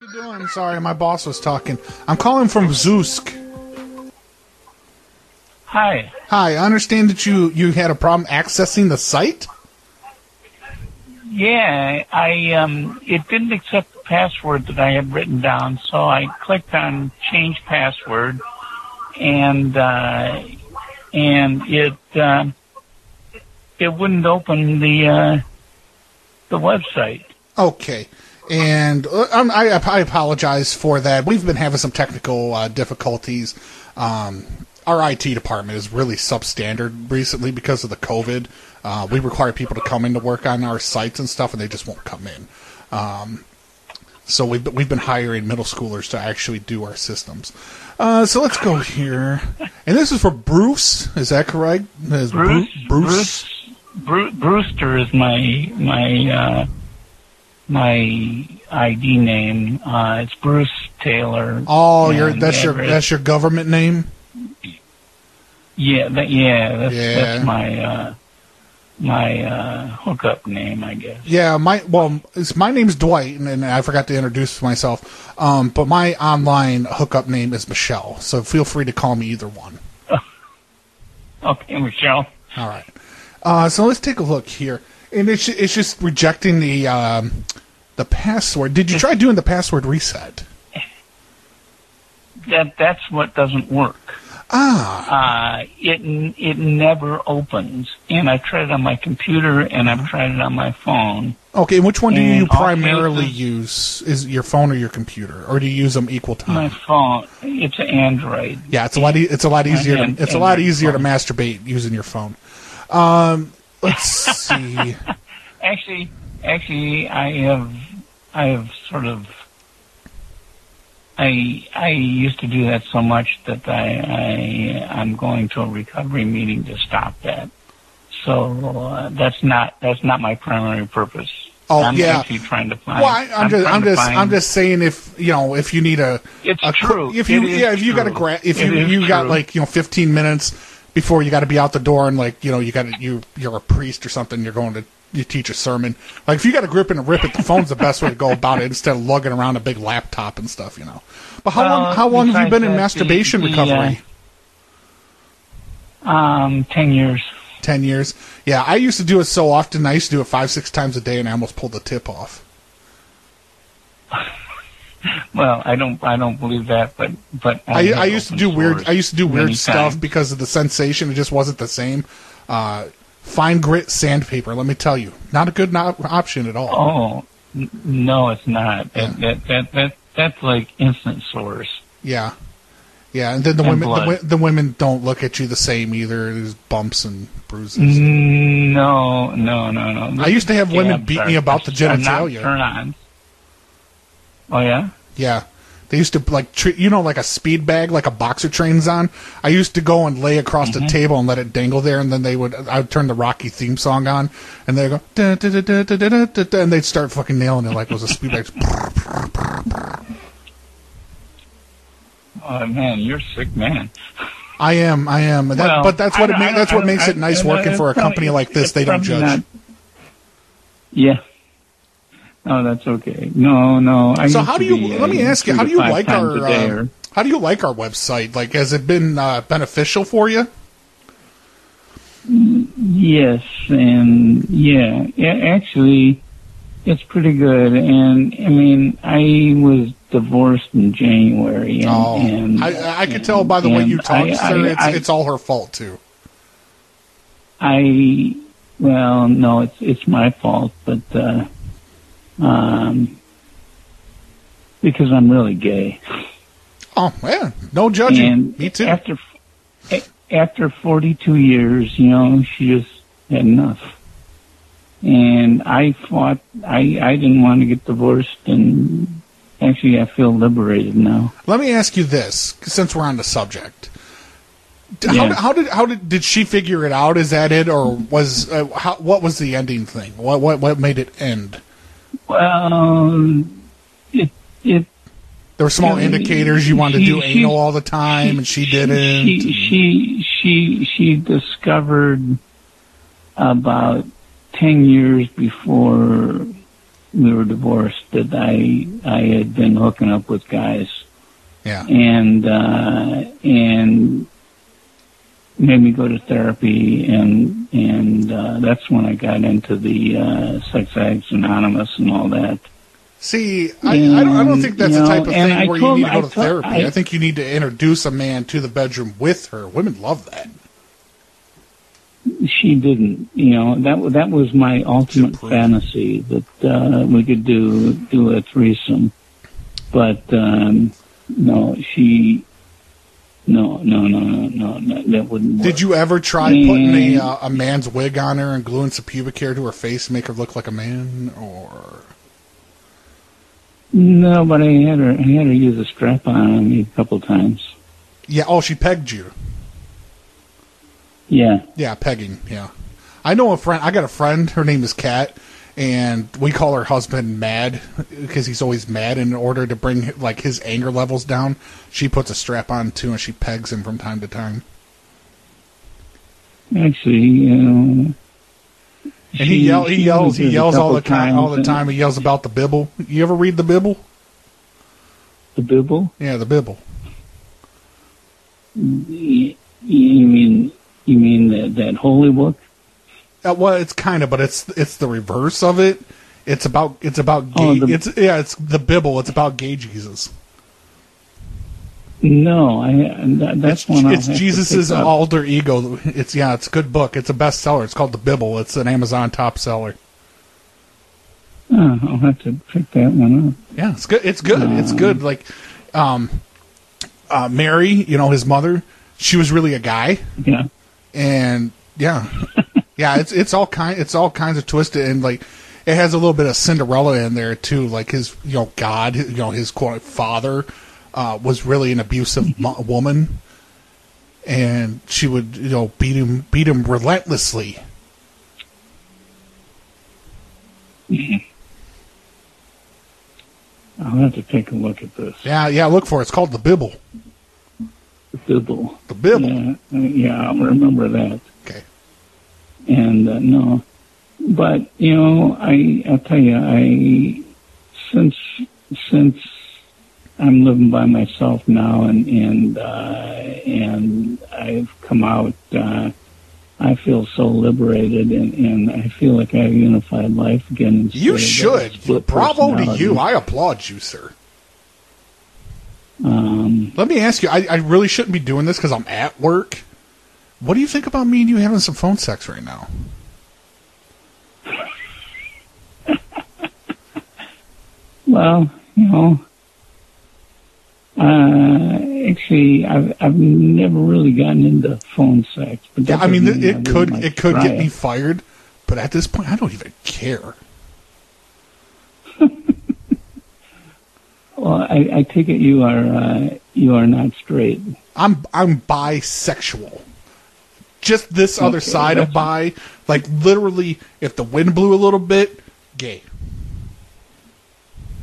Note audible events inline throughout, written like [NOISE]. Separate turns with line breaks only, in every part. you doing? I'm sorry, my boss was talking. I'm calling from Zusk.
Hi.
Hi, I understand that you you had a problem accessing the site.
Yeah, I um, it didn't accept the password that I had written down, so I clicked on change password, and uh, and it um it wouldn't open the uh, the website.
Okay. And uh, um, I, I apologize for that. We've been having some technical uh, difficulties. Um, our IT department is really substandard recently because of the COVID. Uh, we require people to come in to work on our sites and stuff, and they just won't come in. Um, so we've been- we've been hiring middle schoolers to actually do our systems. Uh, so let's go here, and this is for Bruce. Is that correct? Is Bru-
Bruce Bruce Bru- Brewster is my my uh, my ID name. Uh, it's Bruce Taylor.
Oh, your
and
that's your
address-
that's your government name.
Yeah, that, yeah, that's,
Yeah.
that's my uh, my uh, hookup name, I guess.
Yeah, my well, it's, my name's Dwight, and, and I forgot to introduce myself. Um, but my online hookup name is Michelle, so feel free to call me either one.
Okay, Michelle.
All right. Uh, so let's take a look here, and it's it's just rejecting the um, the password. Did you try doing the password reset?
That that's what doesn't work.
Ah,
Uh, it n- it never opens, and I've tried it on my computer and I've tried it on my phone.
okay. And which one do you
And all
primarily
cases-
use? Is it your phone or your computer, or do you use them equal
My
time?
phone, it's Android.
Yeah, it's a lot. E- it's a lot easier. To,
hand-
it's a
and
lot
my
easier to
phone.
masturbate using your phone. Um,
[LAUGHS]
let's see.
Actually, actually, I have I have sort of. I, I used to do that so much that I, I I'm going to a recovery meeting to stop that. So uh, that's not that's not my primary purpose.
Oh,
I'm
yeah.
actually trying to find.
Well, I, I'm, just,
trying
I'm
to
just,
find-
I'm just saying if you know if you need a,
It's
a
true.
quick- if you
It is
yeah, if you got a
true.
gra- if
It
you
is
you got
true.
like you know 15 minutes before you got to be out the door and like you know you got to you you're a priest or something, you're going to you teach a sermon. Like if you got a grip and a rip it, the phone's the best way to go about it instead of lugging around a big laptop and stuff, you know. But how long
Well,
how long have you
besides
been in
that, the-
masturbation
the, uh,
recovery?
um ten years.
10 years. Yeah, I used to do it so often. I used to do it five six times a day, and I almost pulled the tip off.
Well, I don't I don't believe that, but but
I,
have
I used to
open
do weird.
source
I used to do
many
weird
times.
stuff because of the sensation. It just wasn't the same. Uh, fine grit sandpaper. Let me tell you, not a good no- option at all.
Oh n- no, it's not. That, that that that that's like instant source.
Yeah, yeah. And then the
And
women, the,
blood.
wo- the women don't look at you the same either. There's bumps and bruises.
No, no, no, no.
I used to have women
Scabs
beat
are-
me about the
are not
genitalia.
Turn-ons. Oh yeah.
Yeah. They used to like treat you know like a speed bag like a boxer train's on. I used to go and lay across
Mm-hmm.
the table and let it dangle there, and then they would I would turn the Rocky theme song on, and they go da, da, da, da, da, da, da, da, da, and they'd start fucking nailing it like it was a speed bag. [LAUGHS]
Oh man, you're a sick man.
I am, I am, And that,
Well,
but that's
I
what it
don't- I
ma-
don't-
that's
I
what
don't-
makes
I-
it nice
I-
working
it's
for a
probably-
company like
it's
this. They don't
probably
judge.
not- Yeah. No, that's okay. No, no. I
so
used
how do
to
you?
be, uh,
let me ask you,
three
how
to
do you
five
like
times
our
a day
uh,
or-
how do you like our website? Like, has it been uh, beneficial for you?
Yes, and yeah, yeah. Actually, it's pretty good. And I mean, I was divorced in January. And,
Oh,
and,
I, I could tell by the way you
and
talk,
I-
sir.
I-
it's,
I-
it's all her fault too.
I well, no, it's it's my fault, but uh, um, because I'm really gay.
Oh yeah, no judging.
and
Me too.
After a- after 42 years, you know, she just had enough. And I fought. I I didn't want to get divorced, and actually, I feel liberated now.
Let me ask you this, since we're on the subject. D- How,
Yeah.
did- how did how did did she figure it out? Is that it, or was uh, how, what was the ending thing? What what what made it end?
Well, it it
There were small
Yeah,
indicators you wanted
she-
to do
she-
anal all the time, and she didn't.
She she she she discovered about ten years before we were divorced that I I had been hooking up with guys
Yeah.
and uh, and made me go to therapy and and uh, that's when I got into the uh, Sex Addicts Anonymous and all that.
See, I, I, don't, I don't think that's
You
the
know,
type of
and
thing
I
where
told-
you need to
I
go to
told-
therapy. I,
I-
think you need to introduce a man to the bedroom with her. Women love that.
She didn't, you know. That wa- that was my ultimate
proof.
fantasy that uh, we could do do a threesome, but um, no, she. No, no, no, no, no, no, that wouldn't work.
Did you ever try putting a,
Mm.
uh, a man's wig on her and gluing some pubic hair to her face to make her look like a man? Or
No, but I had her. I had her use a strap on me a couple times.
yeah, oh, she pegged you.
Yeah,
Yeah, pegging. Yeah, I know a friend. I got a friend. Her name is Kat, and we call her husband Mad because he's always mad. And in order to bring like his anger levels down, she puts a strap on too, and she pegs him from time to time.
actually, you know.
And he, yell, he yells, he yells all the time, all the time.
and
He yells about the Bible. You ever read the Bible?
The Bible?
Yeah, the Bible.
Y- You mean you mean that that holy book?
Uh, well, it's kind of, but it's it's the reverse of it. It's about it's about gay.
Oh, the-
it's yeah, it's the Bible. It's about gay Jesus.
No, I. That, that's one. I'll
it's
have to
Jesus's
pick up.
alter ego. It's yeah, it's a good book. It's a bestseller. It's called The Bible. It's an Amazon top seller.
Oh, I'll have to pick that one up.
Yeah, it's good. It's good. It's good. Like, um, uh, Mary, you know, his mother, she was really a guy,
Yeah.
and yeah, yeah, it's it's all kind. It's all kinds of twisted and like. It has a little bit of Cinderella in there too, like his, you know, God, you know, his quote father uh, was really an abusive mo- woman, and she would, you know, beat him, beat him relentlessly,
[LAUGHS] I'll have to take a look at this.
Yeah, yeah, look for it. It's called the Bibble.
The Bible.
The Bibble.
Yeah, uh, yeah, I'll remember that.
Okay.
and uh, no, but you know, I I'll tell you, I since since I'm living by myself now, and and uh, and I've come out, uh, I feel so liberated, and and I feel like I have a unified life again. instead
You
of that
should.
split
Bravo to
personality.
you. I applaud you, sir.
Um,
Let me ask you. I, I really shouldn't be doing this because I'm at work. What do you think about me and you having some phone sex right now?
well, you know. Uh, actually, I've I've never really gotten into phone sex, but that
Yeah, I mean,
doesn't
it, it
I
could
wouldn't, like,
it could
try
get
it.
me fired, but at this point, I don't even care.
Well, I, I take it you are uh, you are not straight.
I'm I'm bisexual. Just this other
Okay,
side of bi, like literally, if the wind blew a little bit, gay.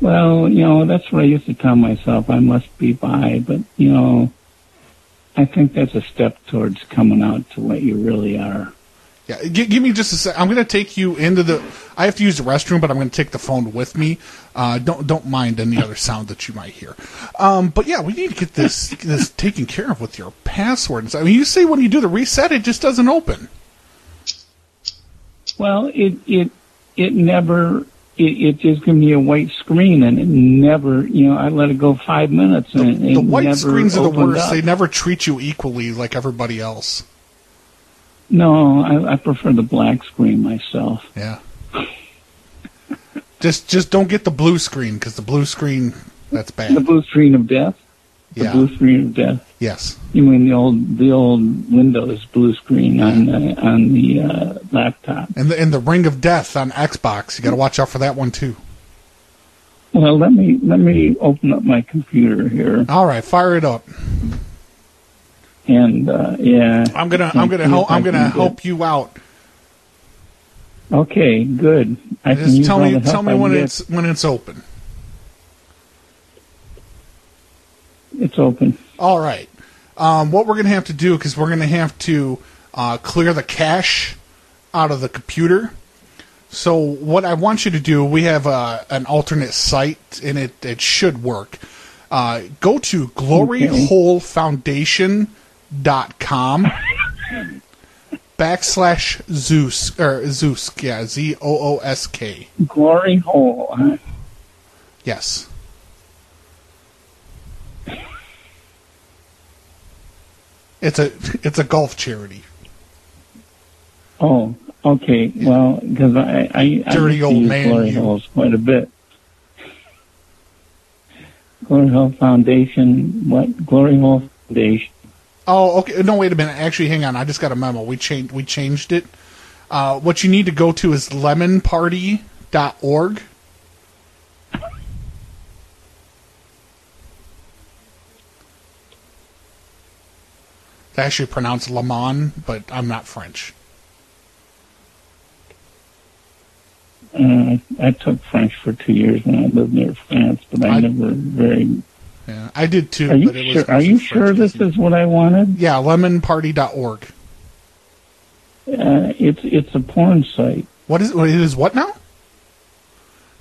Well, you know that's what I used to tell myself. I must be bi, but you know, I think that's a step towards coming out to what you really are.
Yeah, g- give me just a sec. I'm going to take you into the. I have to use the restroom, but I'm going to take the phone with me. Uh, don't don't mind any other sound that you might hear. Um, but yeah, we need to get this this taken care of with your passwords. I mean, you say when you do the reset, it just doesn't open.
Well, it it it never. It, it just gave me a white screen, and it never, you know, I let it go five minutes, and it,
The white
never
screens are the
opened
worst.
up.
They never treat you equally like everybody else.
No, I, I prefer the black screen myself.
Yeah. just just don't get the blue screen because the blue screen that's
The
bad.
blue screen of death. The
Yeah.
blue screen of death.
Yes.
You mean the old the old Windows blue screen on the, on the uh, laptop?
And the and the Ring of Death on Xbox. You got to watch out for that one too.
Well, let me let me open up my computer here
All right, fire it up.
and uh, yeah.
I'm gonna
and
I'm gonna
see
help
if I
I'm gonna
can get-
help you out.
Okay, good. I can
Just
use
tell
all
me
the help
tell
I
me
can
when
get.
it's when it's open.
it's open.
All right. Um, what we're gonna have to do because we're gonna have to uh, clear the cache out of the computer. So what I want you to do, we have uh, an alternate site, and it, it should work. Uh, go to gloryholefoundation.com backslash Zeus or Zeus, yeah, Z O O S K.
Glory hole. huh?
Yes. It's a it's a golf charity.
Oh, okay. Well, because I, I, I
Dirty
used to
old
use
man,
glory
you.
holes quite a bit. Glory hole foundation. What glory hole foundation?
Oh, okay. No, wait a minute. Actually, hang on. I just got a memo. We changed we changed it. Uh, what you need to go to is lemonparty.org. It's actually pronounced Lemon, but I'm not French.
Uh, I took French for two years when I lived near France, but I,
I-
never very.
Yeah, I did too.
Are you
but it
sure?
Was
Are you
mostly
sure
French.
this is what I wanted?
Yeah, lemonparty.org.
Uh, it's it's a porn site.
What is what it is what now?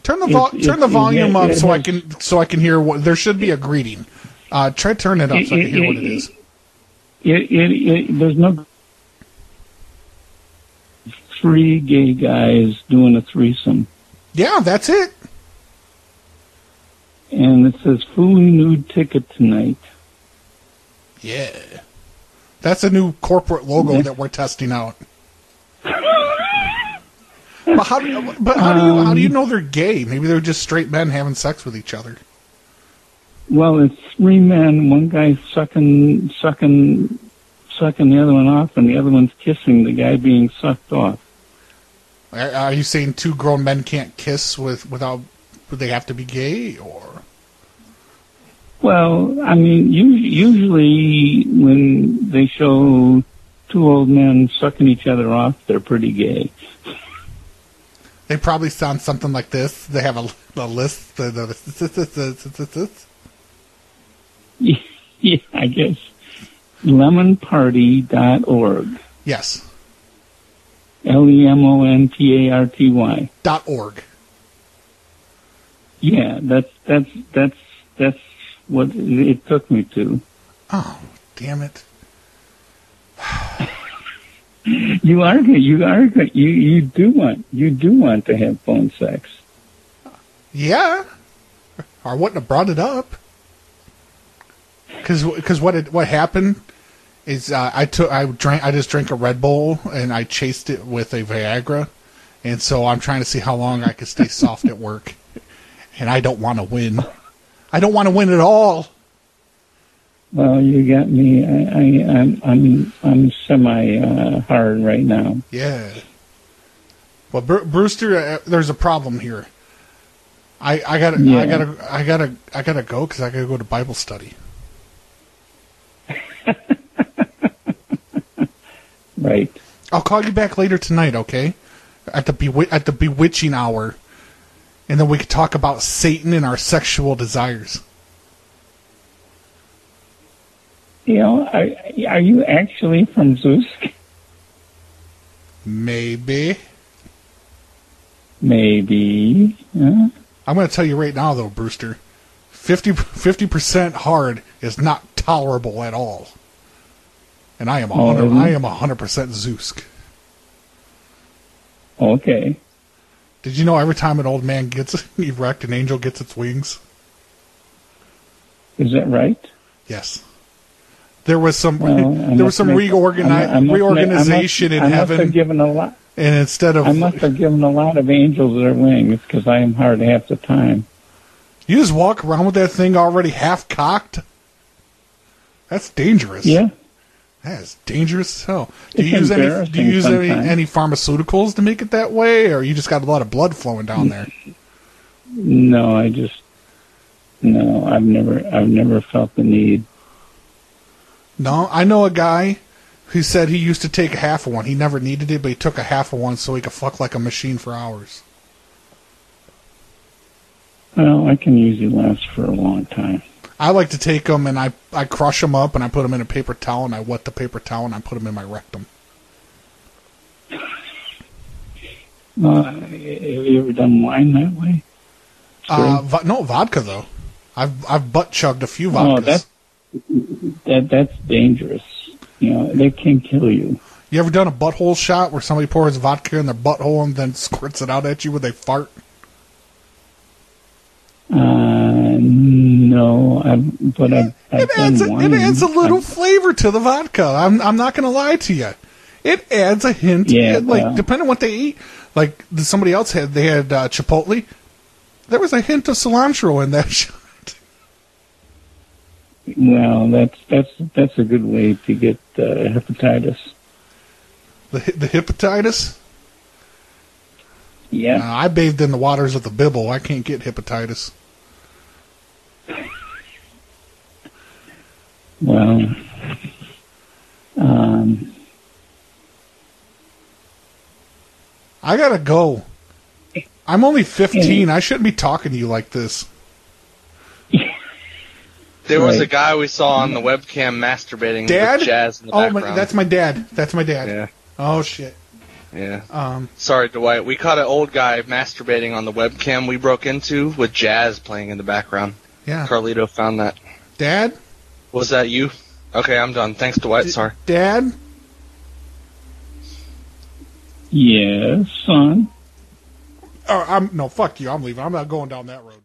Turn the
It's-
vol turn the
it's-
volume
yeah,
up
it
so I
has-
can so I can hear what there should be a greeting. Uh, try to turn it up so I can hear what it is.
It, it, it there's no three gay guys doing a threesome.
Yeah, that's it.
and it says fully nude ticket tonight.
Yeah. That's a new corporate logo that we're testing out. but how do but how do you how do you know they're gay? Maybe they're just straight men having sex with each other.
Well, it's three men, one guy sucking, sucking, sucking the other one off, and the other one's kissing the guy being sucked off.
Are, are you saying two grown men can't kiss with without would they have to be gay or
Well, I mean, u- usually when they show two old men sucking each other off, they're pretty gay. [LAUGHS]
They probably sound something like this. They have a, a list. The, the,
yeah, I guess. Lemonparty.org.
yes.
E L-E-M-O-N-P-A-R-T-Y.
Dot org.
Yeah, that's, that's, that's, that's what it took me to.
Oh, damn it.
You are good. You are good. You you do want you do want to have phone sex.
Yeah. Or I wouldn't have brought it up. Because what it, what happened is uh, I took I drank I just drank a Red Bull and I chased it with a Viagra, and so I'm trying to see how long I can stay soft at work, and I don't want to win. I don't want to win at all.
Well, you got me. I, I I'm I'm I'm semi uh, hard right now.
Yeah. Well, Bru- Brewster, uh, there's a problem here. I, I gotta
Yeah.
I gotta I gotta I gotta go because I gotta go to Bible study.
Right.
I'll call you back later tonight, okay? At the bewi- at the bewitching hour, and then we could talk about Satan and our sexual desires.
You know, are, are you actually from Zeus?
Maybe
Maybe. Huh?
I'm gonna tell you right now, though, Brewster, 50 percent hard is not tolerable at all. And I am a
Oh,
hundred
isn't it?
I am hundred percent Zeusk.
Okay.
Did you know every time an old man gets [LAUGHS] erect, an angel gets its wings?
Is that right?
Yes. There was some [LAUGHS]
Well, I
there was
must
some
admit-
reorgani-
I mu- I must admit-
reorganization
I must,
in
I must
heaven,
Have given a lot,
and instead of
I must have given a lot of angels their wings because I am hard half the time.
you just walk around with that thing already half cocked. That's dangerous.
Yeah.
that is dangerous as hell. Do
It's
you use any Do
embarrassing
you use any,
sometimes.
any pharmaceuticals to make it that way, or you just got a lot of blood flowing
Mm.
down there?
No, I just no. I've never I've never felt the need.
No, I know a guy who said he used to take a half of one. He never needed it, but he took a half of one so he could fuck like a machine for hours.
Well, I can usually last for a long time.
I like to take them and I, I crush them up and I put them in a paper towel and I wet the paper towel and I put them in my rectum.
Uh, have you ever done wine that way?
Uh, vo- no vodka though. I've I've butt chugged a few
No,
vodkas.
Oh, that's that that's dangerous. You know, they can kill you.
you ever done a butthole shot where somebody pours vodka in their butthole and then [LAUGHS] squirts it out at you when they fart?
Uh, no, I've, but I've, I've
It
done
adds a,
wine.
it adds a little flavor to the vodka. I'm I'm not gonna lie to you. It adds a hint.
Yeah,
it- like
well.
depending on what they eat. Like somebody else had they had uh, chipotle. There was a hint of cilantro in that [LAUGHS] shot.
Well, that's that's that's a good way to get uh, hepatitis.
The hi- the hepatitis. Uh,
Yeah.
I bathed in the waters of the Bibble. I can't get hepatitis.
Well. Um,
I gotta go. I'm only 15. I shouldn't be talking to you like this.
There was
Right.
a guy we saw on the webcam
Mm-hmm.
masturbating
Dad?
with jazz in the
Oh, my,
background.
that's my dad. That's my dad.
yeah,
Oh shit.
yeah.
Um,
Sorry, Dwight. We caught an old guy masturbating on the webcam we broke into with jazz playing in the background.
yeah.
Carlito found that.
Dad.
Was that you? Okay, I'm done. Thanks, Dwight. Sorry.
Dad.
yeah, son.
Or I'm no. Fuck you. I'm leaving. I'm not going down that road.